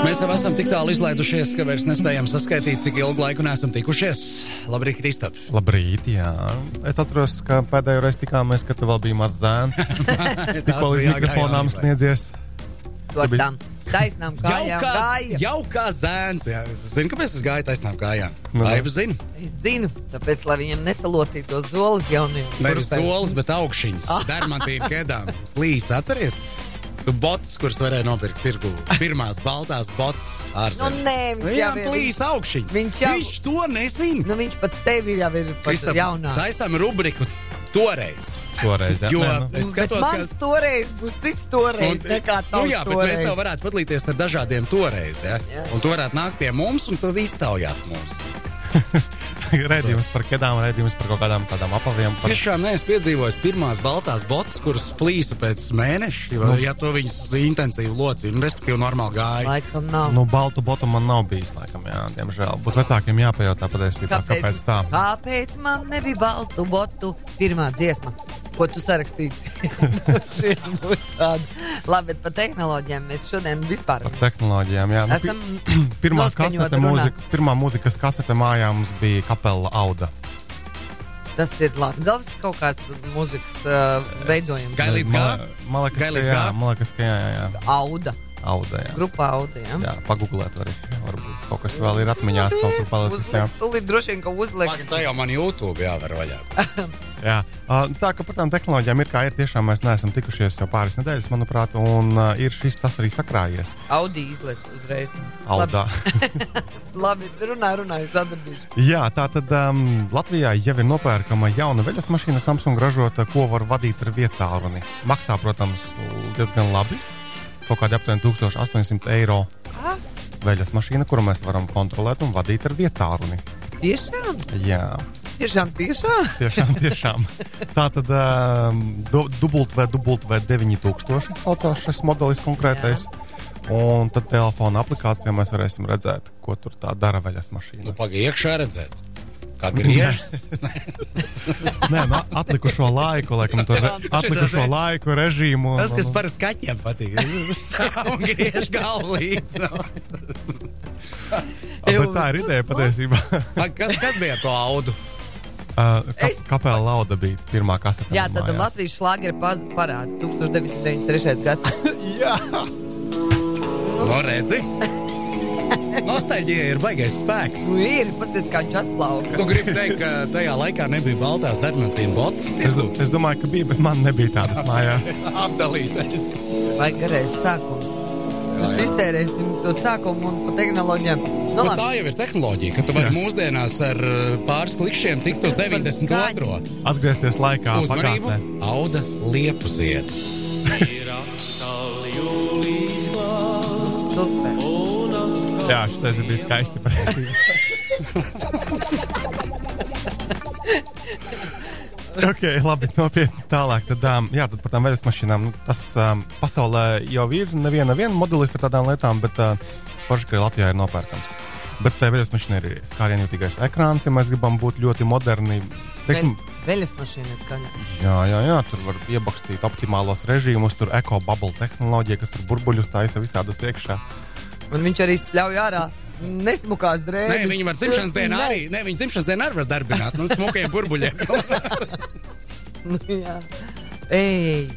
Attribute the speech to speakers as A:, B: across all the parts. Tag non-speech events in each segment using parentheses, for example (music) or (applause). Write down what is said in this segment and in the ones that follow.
A: Mēs jau esam tik tālu izlaidušies, ka vairs nespējam saskaitīt, cik ilgu laiku neesam tikušies. Labrīt, Kristap!
B: Labrīt, jā. Es atceros, ka pēdējo reizi tikāmies, kad tu vēl biji mazs zēns.
A: (laughs)
B: Tikko līdz mikrofonām sniedzies.
C: Ar tām taisnām kājām gāja.
A: jau kā zēns. jā. Zini, kāpēc es gāju taisnām kājām?
B: Nu.
A: Ai, zinu.
C: Es zinu, tāpēc, lai viņiem nesalocītu to zolis jaunajiem.
A: Nevis
C: grupēm.
A: solis, bet augšņas. Dermantīna kēdām. Plīs, atceries? Tu Botas, kuras varēja nopirkt tirgu. Pirmās baltās botas
C: Nu,
A: ārzemēs.
C: nē, viņš jau
A: Viņam
C: ir.
A: plīs augšņi.
C: Viņš jau-
A: Viņš to nezina.
C: Nu, viņš pat tevi jau ir pats
A: Kristap,
C: jaunāks.
A: Taisām rubriku toreiz.
B: Toreiz, jā.
A: Jo
B: Nē, nu.
A: es
C: Bet
A: skatos,
C: mans
A: ka.
C: toreiz būs cits toreiz, nekā
A: nu,
C: tavs
A: jā, bet
C: toreiz.
A: mēs tev varētu padalīties ar dažādiem toreiz. Ja?
C: Jā.
A: Un tu varētu nākt pie mums un tad iztaujāt mums.
B: (laughs) Redzījums par kedām, redzījums par kaut kādām tādām apaviem. Par...
A: Tiešām neesmu piedzīvojis pirmās baltās botas, kuras plīsa pēc mēneša, jo, ja to viņas intensīvi locīja, un respektīvi normāli gāja.
C: Laikam nav.
B: Nu, baltu botu man nav bijis, laikam, jā, diemžēl. Būs vecākiem jāpajautā patiesībā, kāpēc, kāpēc tā.
C: kāpēc man nebija baltu botu pirmā dziesma? Ko tu sarakstīji?
B: (laughs)
C: Šī būs tāda. Labi, bet par tehnoloģijām mēs šodien vispār
B: Par tehnoloģijām, jā. Nu,
C: Esam
B: (clears throat) pi- pirmā,
C: noskaņot
B: kasete,
C: runā.
B: mūzika, pirmā mūzikas kasete mājā mums bija kapela auda.
C: Tas ir Latvijas kaut kāds mūzikas uh, veidojums.
A: Gai līdz
B: Man-
A: gā?
B: Man liekas,
A: Gai
B: ka
A: līdz
B: jā,
A: gā?
B: man liekas, ka jā, jā, jā.
C: Auda,
B: auda, jā.
C: grupā Auda. Ja?
B: Jā, pagūglēt arī. Varbūt kaut kas vēl ir atmiņās, kaut kur palicis. Jā.
C: Tūlīt droši vien, ka
A: Tas
C: uzliks.
A: jau man YouTube jāvar vaļā.
B: Jā. Uh, Tā kā par tām tehnoloģijām ir kā ir, tiešām mēs neesam tikušies jau pāris nedēļas, manuprāt, un uh, ir šis tas arī sakrājies.
C: Audi izlaiž uzreiz.
B: Audā.
C: Labi, labi, runā, runā, es atradīšu.
B: (laughs) Jā, tā tad um, Latvijā jau ir nopērkama jauna veļas mašīna, Samsung ražota, ko var vadīt ar vietā runi. Maksā, protams, l- diezgan labi. Kaut kādi aptuveni 1800 eiro
C: Kas?
B: veļas mašīna, kuru mēs varam kontrolēt un vadīt ar vietā runi.
C: Tiešām?
B: Jā,
C: Tiešām, tiešām?
B: tiešām, tiešām. Tā tad um, dubult vai dubult vai 9000 saucās šis modelis konkrētais. Un tad telefona aplikācijā mēs varēsim redzēt, ko tur tā dara veļas mašīna.
A: Nu, Pagaidiet, iekšā redzēt, (laughs) kā griežas.
B: Nē, nu, atlikušo laiku, laikam, tur re- atlikušo laiku režīmu.
A: Tas, kas parasti kaķiem (laughs) patīk, ir stāv un griež nu. galvu līdzi.
B: Bet tā ir ideja patiesībā.
A: Ak, Kas, kas bija to audu?
B: Uh, Ka,
C: Es-
B: kāpēc Lauda bija pirmā kasete?
C: Jā, tad
B: mājās?
C: Latvijas šlāgeri paz- parāda 1993. gads.
B: Jā.
A: No Nu, redzi? Nostalģija ir baigais spēks.
C: Nu, ir, paskatieties, kā viņš atplauka.
A: Tu gribi teikt, ka tajā laikā nebija baltās dermatīna botas.
B: Es, do- es domāju, ka bija, bet man nebija tādas
A: (laughs)
B: mājās.
A: Apdalītais.
C: Vai garēs sākums? Mēs iztērēsim to sākumu un pa tehnoloģijām. Nu,
A: Nu,
C: labi.
A: tā jau ir tehnoloģija, ka tu vari mūsdienās ar uh, pāris klikšķiem tikt uz
C: Kas par
A: 92.
B: Atgriezties laikā,
A: uzmanību.
B: pagātnē.
A: Auda liepu zied.
C: Super.
B: Jā, šis bija skaisti. patiesībā. Ok, labi, nopietni tālāk. Tad, um, jā, tad par tām veļas mašīnām. Nu, tas um, pasaulē jau ir neviena viena modelis ar tādām lietām, bet uh, forši, ka Latvijā ir nopērkams. Bet tā veļas mašīna ir skārienjutīgais ekrāns, ja mēs gribam būt ļoti moderni. Teiksim,
C: Ve- Veļas mašīnas skaļā.
B: jā, jā, jā, tur var iebakstīt optimālos režīmus, tur ekobubble tehnoloģija, kas tur burbuļus taisa visādos iekšā.
C: Un viņš arī spļauj ārā nesmukās
A: Nē,
C: drēbes.
A: viņa var dzimšanas dienu arī. Nē, viņa dzimšanas dienu arī var darbināt. Nu, smukajiem burbuļiem.
C: (laughs) (laughs) Nu, jā. Ej,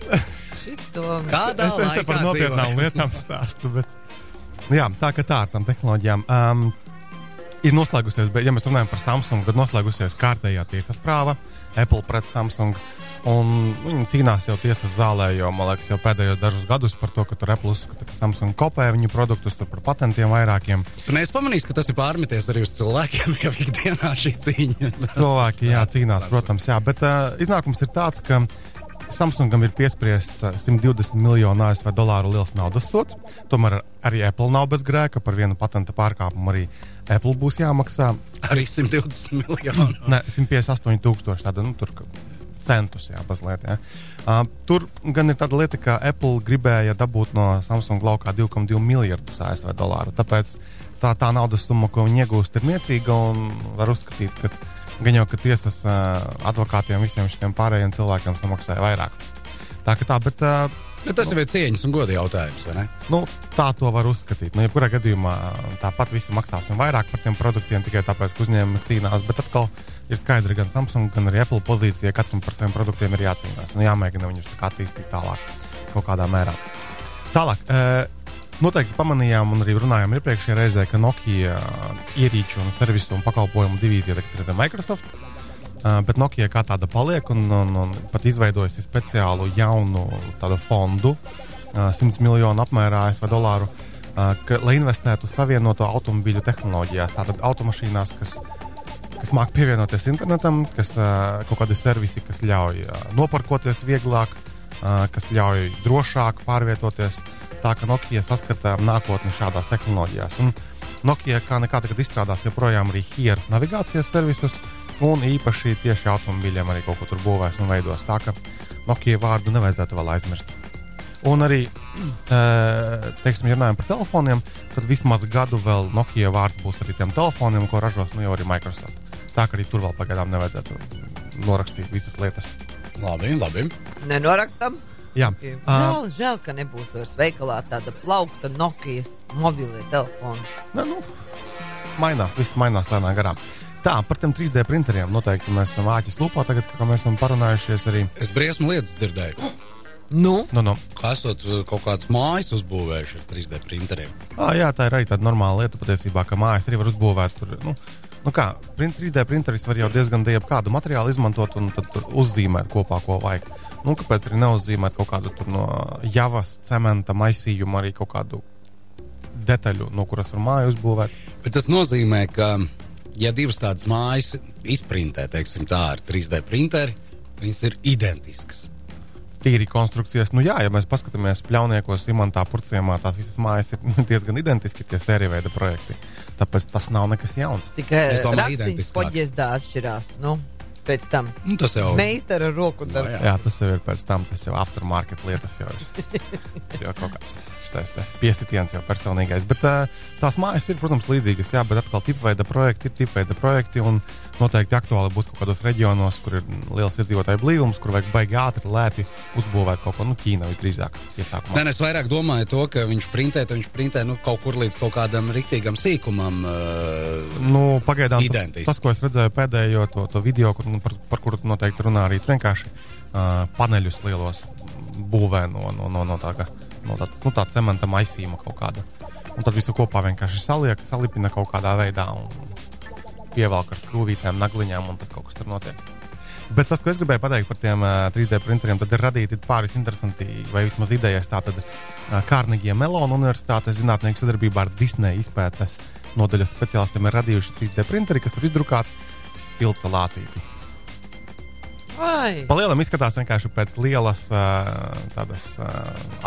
C: šito.
A: Kādā
B: Es neesmu par nopietnām lietām stāstu. Bet... Nu Jā, tā kā tā ar tām tehnoloģijām. Um, ir noslēgusies, bet, ja mēs runājam par Samsung, tad noslēgusies kārtējā tiesas prāva Apple pret Samsung. Un viņi cīnās jau tiesas zālē, jo, man liekas, jau pēdējos dažus gadus par to, ka tur Apple uzskata, ka Samsung kopē viņu produktus, tur par patentiem vairākiem.
A: Tu neesi pamanījis, ka tas ir pārmeties arī uz cilvēkiem, jau ikdienā šī cīņa. (laughs)
B: Cilvēki jā, cīnās, protams, jā, bet uh, iznākums ir tāds, ka Samsungam ir piespriests ā, 120 miljonu ASV dolāru liels naudas sots. Tomēr arī Apple nav bez grēka. Par vienu patenta pārkāpumu arī Apple būs jāmaksā.
A: Arī 120 miljonu.
B: Ne, 158 tūkstoši tāda, nu, tur ka- centus, jā, mazliet. Jā. Uh, tur gan ir tāda lieta, ka Apple gribēja dabūt no Samsung laukā 2,2 miljardus ASV dolāru. Tāpēc tā, tā naudas summa, ko viņi iegūst, ir niecīga un var uzskatīt, ka gan jau ka tiesas uh, advokātiem, visiem šiem pārējiem cilvēkiem samaksāja vairāk. Tā kā tā, bet uh,
A: Nu, tas jau ir cieņas un goda jautājums. vai ne?
B: Nu, tā to var uzskatīt. Nu, jebkurā gadījumā tāpat visi maksāsim vairāk par tiem produktiem tikai tāpēc, ka uzņēmumi cīnās. Bet atkal ir skaidra gan Samsung, gan arī Apple pozīcija, ka katram par saviem produktiem ir jācīnās un jāmēģina viņus tā kā attīstīt tālāk kaut kādā mērā. Tālāk. eh, Noteikti pamanījām un arī runājām iepriekšējā reizē, ka Nokia ierīču un servisu un pakalpojumu divīzija tagad ir zem Microsoft. Uh, bet Nokia kā tāda paliek un, un, un pat izveidojusi speciālu jaunu tādu fondu, uh, 100 miljonu apmērā ASV dolāru, uh, ka, lai investētu savienoto automobīļu tehnoloģijās. Tātad automašīnās, kas, kas māk pievienoties internetam, kas uh, kaut kādi servisi, kas ļauj uh, noparkoties vieglāk, uh, kas ļauj drošāk pārvietoties. Tā ka Nokia saskata nākotni šādās tehnoloģijās. Un Nokia kā nekā tagad izstrādās joprojām arī hieru navigācijas servisus. Un īpaši tieši automobīļiem arī kaut ko tur būvēs un veidos. Tā ka Nokia vārdu nevajadzētu vēl aizmirst. Un arī, (clears throat) eh, teiksim, ja runājam par telefoniem, tad vismaz gadu vēl Nokia vārds būs arī tiem telefoniem, ko ražos nu, jau arī Microsoft. Tā ka arī tur vēl pagaidām nevajadzētu norakstīt visas lietas.
A: Labi, labi.
C: Nenorakstam.
B: Jā,
C: Ir
B: ah,
C: Žēl, žēl, ka nebūs vairs veikalā tāda plaukta Nokijas mobilie telefoni.
B: Nē, nu, mainās, viss mainās lēnām garām. Tā, par tiem 3D printeriem noteikti mēs esam āķis lupā tagad, kā mēs esam parunājušies arī.
A: Es briesmu lietas dzirdēju.
C: Nu,
B: Nu, nu.
A: Kā esot uh, kaut kādas mājas uzbūvējuši ar 3D printeriem.
B: Ah, jā, tā ir arī tāda normāla lieta patiesībā, ka mājas arī var uzbūvēt. Tur, nu, nu kā, print, 3D printeris var jau diezgan dievu kādu materiālu izmantot un tad tur uzzīmēt kopā, ko vajag. Nu, kāpēc arī neuzzīmēt kaut kādu tur no javas, cementa maisījuma, arī kaut kādu detaļu, no kuras var māju uzbūvēt?
A: Bet tas nozīmē, ka, ja divas tādas mājas izprintē, teiksim, tā ar 3D printeri, viņas ir identiskas.
B: Tīri konstrukcijas, nu jā, ja mēs paskatāmies pļauniekos, imantā, purcēmā, tās visas mājas ir nu, diezgan identiski tie sērijveida projekti. Tāpēc tas nav nekas jauns.
C: tikai
A: Es domāju,
C: rakstīns
A: identiskāk.
C: poģies tā atšķirās. Nu, pēc tam
A: Nu, tas jau
C: meistara roku
A: Nu,
C: darbu.
A: jā.
B: Jā, tas jau ir pēc tam, tas jau aftermarket lietas jau ir. jau kaut kāds šitais te piesitiens jau personīgais. Bet ā, tās mājas ir, protams, līdzīgas, jā, bet atkal tipveida projekti ir tipveida projekti un noteikti aktuāli būs kaut kādos reģionos, kur ir liels iedzīvotāju blīvums, kur vajag baigi ātri, lēti uzbūvēt kaut ko, nu, Ķīna visdrīzāk iesākumā.
A: Nē, es vairāk domāju to, ka viņš printē, tad viņš printē nu, kaut kur līdz kaut kādam rīktīgam sīkumam. Uh,
B: Nu, pagaidām tas,
A: Identiski.
B: tas, ko es redzēju pēdējo to, to video, kur, nu, par, par kuru tu noteikti runā arī tur vienkārši uh, paneļus lielos būvē no, no, no, no tā, ka, no tā, nu, tā cementa maisījuma kaut kāda. Un tad visu kopā vienkārši saliek, salipina kaut kādā veidā un pievelk ar skrūvītēm, nagliņām un tad kaut kas tur notiek. Bet tas, ko es gribēju pateikt par tiem uh, 3D printeriem, tad ir radīti pāris interesanti, vai vismaz idejas. Tātad uh, Kārnegija Melona Universitātes zinātnieki sadarbībā ar Disneja izpētes nodaļas speciālistiem ir radījuši 3D printeri, kas var izdrukāt filca lācīti.
C: Vai?
B: Palielam izskatās vienkārši pēc lielas uh, tādas uh,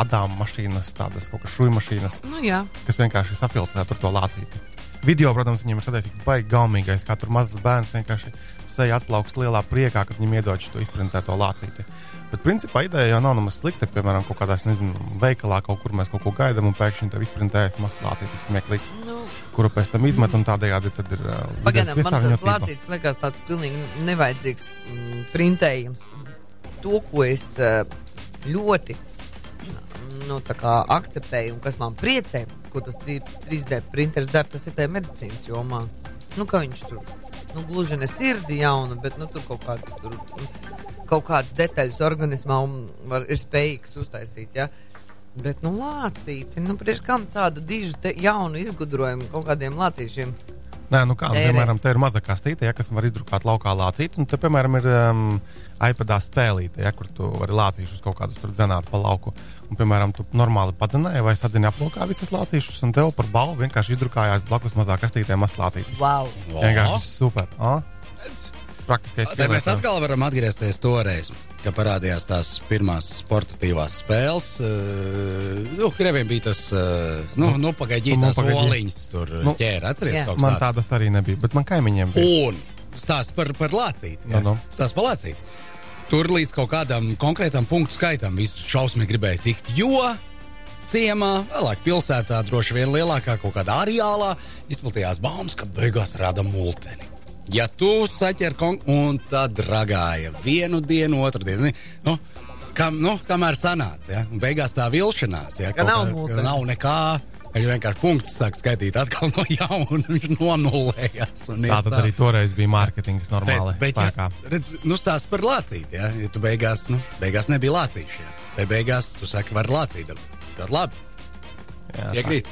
B: adām mašīnas, tādas kaut kādas šūnu mašīnas,
C: Nu, jā.
B: kas vienkārši safilcē tur to lācīti. Video, protams, viņam ir sadēļ baigi gaumīgais, kā tur mazs bērns vienkārši seja atplaukst lielā priekā, kad viņam iedod šo izprintēto lācīti. Bet, principā, ideja jau nav nemaz slikta. Piemēram, kaut kādā, es nezinu, veikalā kaut kur mēs kaut ko gaidām, un pēkšņi tev izprintējas mazs lācītis, smieklīgs,
C: Nu,
B: kuru pēc tam izmet, un tādējādi tad ir. ā,
C: Pagaidām,
B: līderis
C: man
B: piesārņotība.
C: tas lācīts liekas tāds pilnīgi nevajadzīgs mm, printējums. To, ko es eh, ļoti mm, nu, tā kā akceptēju un kas man priecē, ko tas 3- 3D printers dara, tas ir tajā medicīnas jomā. Nu, ka viņš tur nu, gluži ne sirdi jaunu, bet nu, tur kaut kāds tur. mm, Kaut kādas detaļas organismā un var, ir spējīgs uztaisīt. Ja? Bet, nu, lācīti, nu, priekš kam tādu dižu te- jaunu izgudrojumu kaut kādiem lācīšiem?
B: Nē, nu kā, nu,
C: Tērē.
B: piemēram, te ir maza kastīte, ja, kas var izdrukāt laukā lācīti. Un te, piemēram, ir um, iPadā spēlīte, ja, kur tu vari lācīšus kaut kādus tur dzenāt pa lauku. Un, piemēram, tu normāli padzenēji vai sadzini aplūkā visas lācīšus, un tev par balvu vienkārši izdrukājās blakus mazā kastītē mazs lācītis.
C: Wow!
B: Vienkārši super. A? Praktiskais
A: Te mēs
B: pielietojums.
A: atkal varam atgriezties toreiz, kad parādījās tās pirmās sportatīvās spēles. Uh, nu, Krievijam bija tas, uh, nu, nu pagaidīt,
B: Nu,
A: tās
B: pagaidīt.
A: oliņas tur
B: Nu,
A: nu, ķēra. Atceries,
C: jā.
A: kaut
B: Man
A: kas tāds.
B: tādas arī nebija, bet man kaimiņiem bija.
A: Un stāsts par, par lācīti. jā.
B: Nu, nu.
A: Stāsts par lācīti. Tur līdz kaut kādam konkrētam punktu skaitam viss šausmīgi gribēja tikt. Jo ciemā, vēlāk pilsētā, droši vien lielākā kaut kādā areālā izplatījās baumas, ka beigās rada multeni. Ja tu saķer konkursu, un tā dragāja vienu dienu, otru dienu. zini, Nu, kam, nu, kamēr sanāca, ja? Un beigās tā vilšanās, ja?
C: Ka
A: kaut
C: nav
A: kā-
C: mūtens.
A: ka nav nekā. Viņš vienkārši punkts sāk skaitīt atkal no jauna. (laughs) Viņš nonulējās. un iet
B: Tā tad arī toreiz bija mārketings normāli.
A: Bet, bet ja,
B: spēkā.
A: redz, nu, stāsts par lācīti. Ja, ja tu beigās, nu, beigās nebija lācīši. Ja. Te beigās tu saki, var lācīt. Tad labi,
B: Jā, tā.
A: piekrīt.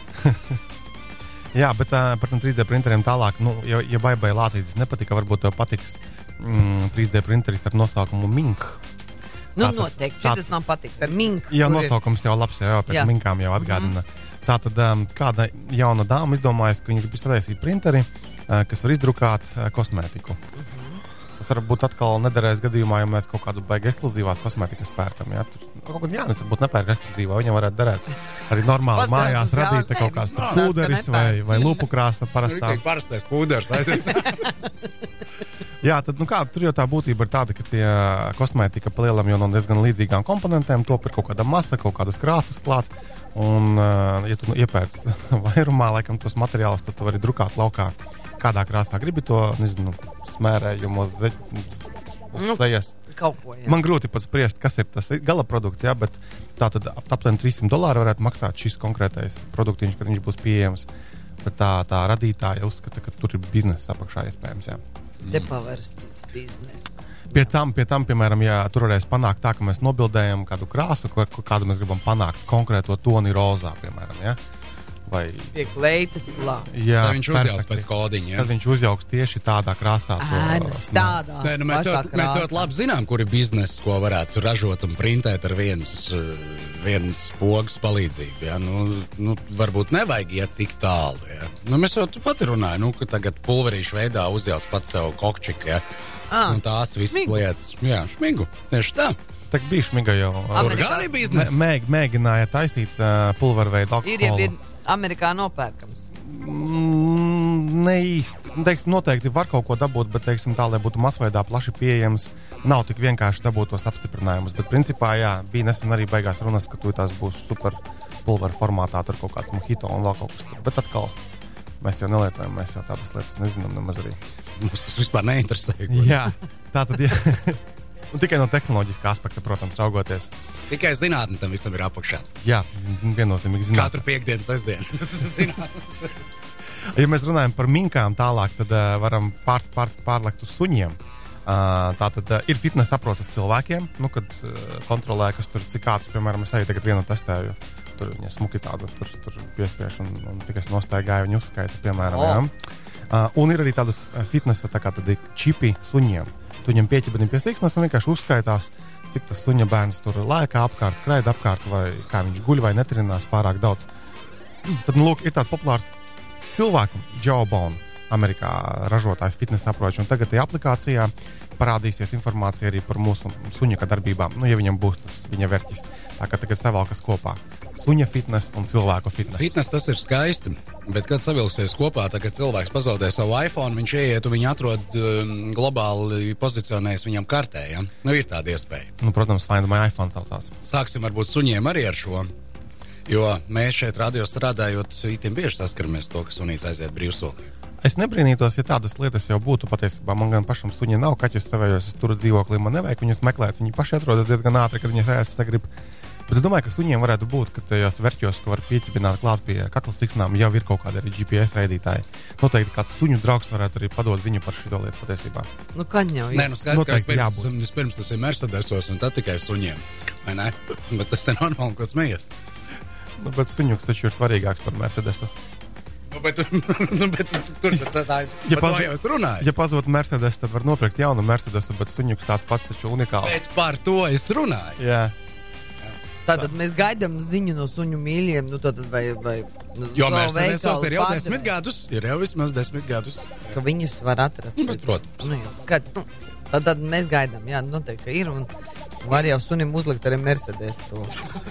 B: Jā, bet uh, par tiem 3D printeriem tālāk, nu, ja, ja baigai Latvijas nepatika, varbūt tev patiks mm, 3D printeris ar nosaukumu Mink.
C: Nu,
B: Tātad-
C: noteikti.
B: tā-
C: Šis man patiks ar minku.
B: Jā, nu,
C: kur ir-
B: nosaukums jau labs, jau pēc
C: Jā.
B: minkām jau atgādina. Mm -hmm. Tā tad um, kāda jauna dāma izdomājusi, ka viņa grib iztaisīt printeri, uh, kas var izdrukāt uh, kosmētiku. Mm -hmm. Tas varbūt atkal nederēs gadījumā, ja mēs kaut kādu baigi ekskluzīvās kosmētikas pērkam. Jā, tur nu, kaut kāda jānes varbūt nepērk ekskluzīvā, viņam varētu derēt arī normāli
C: Paskatās
B: mājās
C: uz
B: radīt
C: galdu.
B: kaut kāds tur
C: Nē, nu, tas,
B: pūderis
C: ka
B: vai,
C: nepērk.
B: vai lupu krāsa parastā.
A: Tikai Nu, parastais pūders aiziet.
B: Jā, tad nu kā, tur jau tā būtība ir tāda, ka tie uh, kosmētika palielam jau no diezgan līdzīgām komponentēm. Top ir kaut kāda masa, kaut kādas krāsas klāt. Un, eh, ja tu nu, iepērc (laughs) vairumā, laikam, tos materiālus, tad tu vari drukāt laukā, kādā krāsā gribi to nezinu, smērējumu, uz ze- uz
C: Nu,
B: sejas.
C: Kaut ko jā.
B: Man grūti pat spriest, kas ir tas gala produkts, jā, bet tā tad ap- aptuveni 300 dolāri varētu maksāt šis konkrētais produkts, kad viņš būs pieejams. Bet tā, tā radītāja uzskata, ka tur ir biznesa apakšā iespējams. Jā.
C: te pavars cits bizness.
B: Pie tam, pie tam, piemēram, ja tur varēs panākt tā, ka mēs nobildējam kādu krāsu, ko, ko- kādu mēs gribam panākt, konkrēto toni rozā, piemēram, ja? vai
C: Tiek leitas klāt.
B: jā,
A: Tad viņš uzjauc
B: perfekti.
A: pēc kodiņa.
B: Tad
A: Ja.
B: viņš uzjauks tieši tādā krāsā. to
C: Ēnas
B: smaržu.
C: tādā.
A: Nē, nu, mēs,
C: pašā
A: ļoti, mēs ļoti labi zinām, kur ir biznesa, ko varētu ražot un printēt ar vienas, eh, vienas pogas palīdzību. Ja? Nu, nu, varbūt nevajag iet tik tālu. Ja? Nu, mēs jau pat runājam, nu, ka tagad pulverīšu veidā uzjauc pats sev kokčiku. Ja?
C: Ah,
A: Un tās visas
C: šmigu.
A: šmigu. lietas, jā, šmigu. Tieši tā.
B: Tā bija šmiga jau.
A: Tur
C: Amerikā.
A: gan ir
B: Mē,
A: biznesa.
B: mēg- mēģināja taisīt uh, pulverveidu
C: Ir jau
B: alkoholu.
C: ir Amerikā nopērkams.
B: Mm, Ne īsti. Teiksim, noteikti var kaut ko dabūt, bet teiksim, tā, lai būtu masveidā plaši pieejams, nav tik vienkārši dabūt tos apstiprinājumus. Bet, principā, jā, bija nesen arī beigās runas, ka tur tās būs super pulvera formātā, tur kaut kāds mohito un vēl kaut kas tāds. Bet atkal, mēs jau nelietojam, mēs jau tādas lietas nezinām nemaz arī.
A: Mums tas vispār neinteresē. ko-
B: Jā, (laughs) tā tad ir. Un tikai no tehnoloģiskā aspekta, protams, raugoties.
A: Tikai zinātnē tam visam ir apakšā.
B: Jā, viennozīmīgi zināt.
A: Katru piekdienu, sestdienu. (laughs) Zinātnes.
B: Ja mēs runājam par minkām, tālāk, tad uh, varam pār, pār, pārlekt uz suņiem. Uh, tā tad uh, ir fitnes apgrozījums cilvēkiem, nu, kad uh, kontrolē, kas tur cik ātri, piemēram, es arī tagad vienu testēju. Tur viņa smuki tāda, tur, tur piespiež, un, un cik es nostaigāju, viņa uzskaita, piemēram.
C: O.
B: Oh. Uh, un ir arī tādas uh, fitnesa tā kā tādi čipi suņiem. Tu viņam pieķibini pie siksnas un vienkārši uzskaitās, cik tas suņa bērns tur laikā apkārt, skraida apkārt, vai kā viņš guļ vai netrinās pārāk daudz. Tad, nu, lūk, ir tāds populārs cilvēku, Jawbone, Amerikā ražotājs fitnesa aprūpes, un tagad tajā aplikācijā parādīsies informācija arī par mūsu suņa darbībām. Nu, ja viņam būs tas viņa vērķis, tā kā tagad savalkas kopā suņa fitnesa un cilvēku fitnesa.
A: Fitnes tas ir skaisti. Bet, kad savilksies kopā, tad, kad cilvēks pazaudē savu iPhone, viņš ieiet un viņa atrod um, globāli pozicionējas viņam kartē. Ja? Nu, ir tāda iespēja.
B: Nu, protams, Find My iPhone saucās.
A: Sāksim varbūt suņiem arī ar šo. Jo mēs šeit radios strādājot, itin bieži saskaramies ar to, ka sunīts aiziet brīvsolī.
B: Es nebrīnītos, ja tādas lietas jau būtu patiesībā. Man gan pašam suņa nav, kaķis savējos, es turu dzīvoklī, man nevajag viņus meklēt. Viņi paši atrodas diezgan ātri, kad viņi tajās sagrib. Bet es domāju, ka suņiem varētu būt, ka tajos verķos, ko var pieķibināt klāt pie kakla siksnām, jau ir kaut kāda arī GPS raidītāja. Noteikti kāds suņu draugs varētu arī padot viņu par šo lietu patiesībā.
C: Nu, kad jau
A: Nē,
C: ir.
A: nu skaidrs, ka
B: Noteikti
A: vispirms,
B: jābūt.
A: vispirms tas ir Mercedesos un tad tikai suņiem. Vai ne? (laughs) Bet tas ir normāli, ko smējies.
B: Nu, bet suņuks taču ir svarīgāks par Mercedesu.
A: Nu, bet, (laughs) nu, bet tur bet tā ir.
B: Ja
A: Ja
B: paz-
A: par to jau es runāju.
B: Ja pazūd Mercedes, tad var nopirkt jaunu Mercedesu, bet suņuks tās pats taču unikāls.
A: Bet par to es runāju.
B: Jā.
C: Tātad mēs gaidām ziņu no suņu mīļiem. Nu, tātad vai, vai, nu,
A: Jo
C: no
A: Mercedesos
C: veikala
A: ir jau
C: pārdevējiem,
A: desmit gadus. Ir jau vismaz desmit gadus.
C: Ka viņus var atrast.
A: Nu, bet, protams.
C: Nu, jā, skat, nu, tad, tad mēs gaidām. Jā, noteikti ka ir. Un var jau sunim uzlikt arī Mercedes to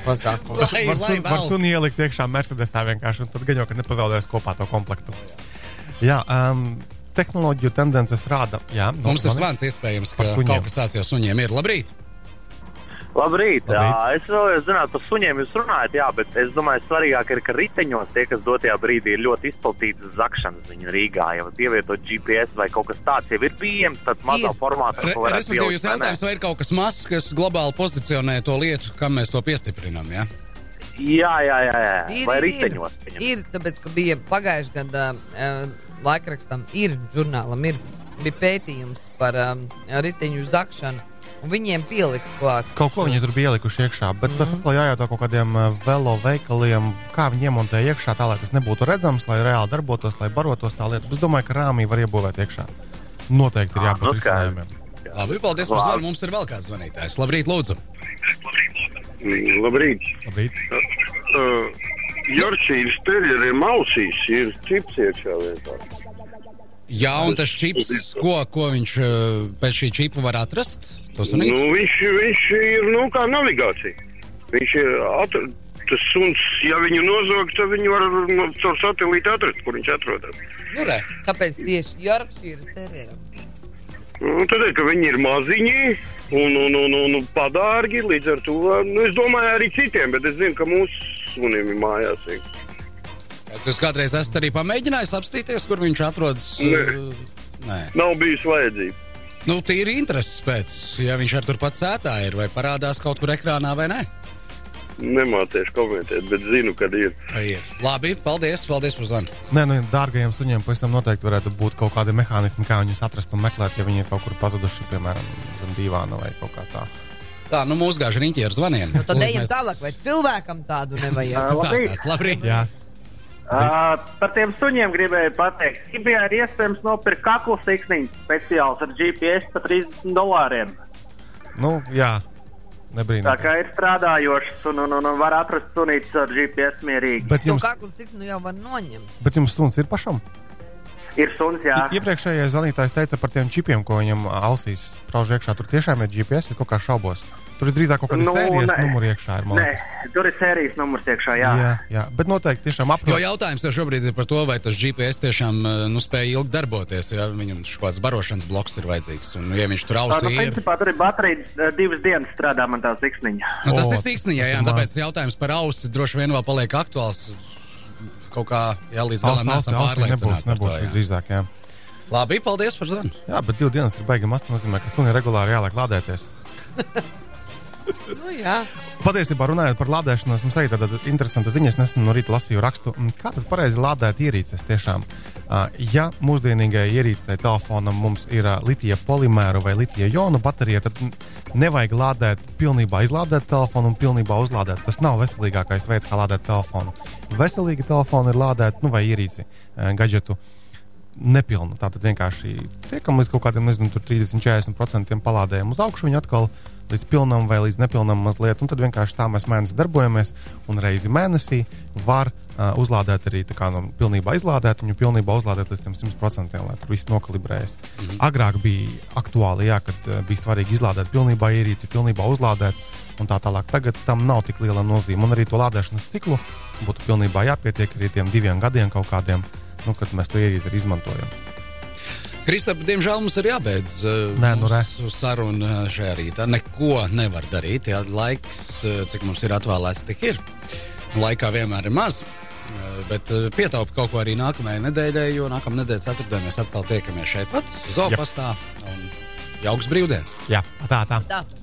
C: pasākumu.
A: Lai,
B: var,
A: lai
B: sun, var
A: vēl.
B: suni ielikt iekšā Mercedesā vienkārši, un tad gaņo, ka nepazaudēs kopā to komplektu. Jā, um, tehnoloģiju tendences rāda. Jā,
A: Mums ir
B: normāli.
A: zvans, iespējams, ka
B: Par suņiem.
A: kaut kas tāds jau suņiem ir. Labrīt!
D: Labrīt, jā,
B: Labrīt.
D: es vēlējos zināt, par suņiem jūs runājat, jā, bet es domāju, svarīgāk ir, ka riteņos tie, kas dotajā brīdī ir ļoti izplatīti zakšanas ziņa Rīgā, ja vat ievietot GPS vai kaut kas tāds jau ir pieejams, tad mazā
C: Ir.
D: formātā
A: Re,
D: to varētu
A: respektīvi,
D: ielikt,
A: jūs
D: vai ne?
A: jautājums, vai ir kaut kas mazs, kas globāli pozicionē to lietu, kam mēs to piestiprinām? Ja?
D: Jā, jā, jā, jā.
C: Ir,
D: vai
C: ir,
D: riteņos.
C: ir,
D: viņam?
C: ir, tāpēc, ka bija pagājušajā gadā eh, laikrakstam, ir žurnālam, ir bija pētījums par um, riteņu zakšanu. un Viņiem pielika klāt.
B: Kaut ko viņi tur bija ielikuši iekšā, bet mm. tas
A: Mhm.
B: atkal jājautā kaut kādiem eh, velo veikaliem, kā viņi iemontē iekšā, tā lai tas nebūtu redzams, lai reāli darbotos, lai barotos tā lieta. Bet Es domāju, ka rāmī var iebūvēt iekšā. Noteikti ir
D: Ah,
B: jābūt
D: nu skaidrs.
B: risinājumiem.
A: Labi, paldies par zvanu. Mums ir vēl kāds zvanītājs. Labrīt, lūdzu.
E: Mm, Labrīt.
B: Labrīt.
E: Uh, Jorčīns Perjers ir mausīs, ir čips iekšā lietā.
A: Jā, un tas čips, ko, ko viņš eh, pēc šī čipa var atrast? To sunīti?
E: Nu, viņš, viņš ir nu, kā navigācija. Viņš ir atr... tas suns, ja viņu nozog, tad viņi var nu, caur satelītu atrast, kur viņš atrodas.
A: Nu, re.
C: Kāpēc tieši Jorkšīras terjeram?
E: Nu, tad, ka viņi ir maziņi un, un, un, un, un padārgi, līdz ar to, nu, es domāju arī citiem, bet es zinu, ka mūsu sunim ir mājās. Ir.
A: Es jūs kādreiz esat arī pamēģinājis apstīties, kur viņš atrodas.
E: Nē.
A: eh, Nē,
E: Nav bijis vajadzība.
A: nu, tīri intereses pēc, ja viņš ar turpat sētā ir vai parādās kaut kur ekrānā vai nē.
E: Nemācīšu komentēt, bet zinu, kad ir.
A: Vai ir? Labi, paldies, paldies par zvanu.
B: Nē, nu, dārgajiem suņiem pavisam noteikti varētu būt kaut kādi mehānismi, kā viņus atrast un meklēt, ja viņi ir kaut kur pazuduši, piemēram, zem dīvāna vai kaut kā tā.
A: Tā, nu, mūs gāž riņķi ar zvaniem. Nu,
C: Tad ejam tālāk, vai cilvēkam tādu nevajag.
A: Sākās, labrīt.
B: Jā,
D: Ā, Par tiem suņiem gribēju pateikt, ka bija arī iespējams nopirkt kaklu siksniņu speciāls ar GPS par 30 dolāriem.
B: nu, jā.
D: Tā
B: Nebrīnās.
D: kā ir strādājošs un, un, un, un var atrast sunītas ar GPS mierīgi.
B: Bet
C: Nu,
B: jums,
C: kakls tiks nu jau var noņemt.
B: bet jums suns ir pašam?
D: Ir suns, jā.
B: Iepriekšējais zvanītājs teica par tiem čipiem, ko viņam ausīs sprauž iekšā. Tur tiešām ir GPS, es kaut kā šaubos. Tur ir drīzāk kaut kāda
D: Nu,
B: no, sērijas
D: nē.
B: numura iekšā. Ir, man
D: Nē,
B: liekas.
D: tur ir sērijas numurs iekšā, jā.
B: jā, jā, bet noteikti tiešām
A: Jo
B: aprūpē.
A: jautājums jau šobrīd ir par to, vai tas GPS tiešām eh, nu, spēja ilgi darboties. Ja viņam kaut kāds barošanas bloks ir vajadzīgs, un ja viņš tur
D: Tā, nu,
A: ausī ir,
D: principā tur ir baterija, eh, divas dienas strādā man tā siksniņa.
A: nu, tas
B: O,
A: ir siksniņā. Jā,
B: tas ir
A: tāpēc jautājums par ausi droši vien vēl paliek aktuāls. Kaut kā jā, līdz
B: Aus-
A: galam
B: aus-
A: nesam
B: ausī Nebūs,
A: pārliecināti. par
B: nebūs
A: to, jā.
B: visdrīzāk. Jā.
A: Labi, paldies par zvanu.
B: jā, bet divi dienas ir baigi. Tas nozīmē, ka sunim regulāri jāliek lādēties.
C: Nu, jā.
B: Patiesībā runājot par lādēšanos, mums arī tāda interesanta ziņa. Es nesen no rīta lasīju rakstu, Mm, kā tad pareizi lādēt ierīces. Tiešām, Ā, ja mūsdienīgajai ierīcei telefonam mums ir ā, litija polimēra vai litija jona baterija, tad mm, nevajag lādēt, pilnībā izlādēt telefonu un pilnībā uzlādēt. Tas nav veselīgākais veids, kā lādēt telefonu. Veselīgi telefonu ir lādēt, nu vai ierīci, ā, gadžetu nepilnu. Tā tad vienkārši tiekam līdz kaut kādiem nezinu, tur 30, 40% palādējumu uz augšu, viņa atkal līdz pilnam vai līdz nepilnam mazliet. Un tad vienkārši tā mēs mēnesi darbojamies, un reizi mēnesī var uh, uzlādēt arī tā kā no pilnībā izlādēt, viņu pilnībā uzlādēt līdz tiem 100%, lai tur viss nokalibrējas. Mhm. Agrāk bija aktuāli, jā, kad uh, bija svarīgi izlādēt pilnībā ierīci, pilnībā uzlādēt. Un tā tālāk, tagad tam nav tik liela nozīme. Un arī to lādēšanas ciklu būtu pilnībā jāpietiek arī tiem diviem gadiem kaut kādiem nu, kad mēs to ierīci arī izmantojam.
A: Kristap, diemžēl mums ir jābeidz eh,
B: Nē, nu re.
A: mūsu saruna šajā rītā. Neko nevar darīt. Jā, laiks, eh, cik mums ir atvēlēts, tik ir. Laikā vienmēr ir maz. eh, Bet pietaupi kaut ko arī nākamajai nedēļai, jo nākamā nedēļa ceturtdienā mēs atkal tiekamies šeit, pat Zoopastā. Un jauks brīvdienas!
B: Jā, tā, tā.
C: Tā.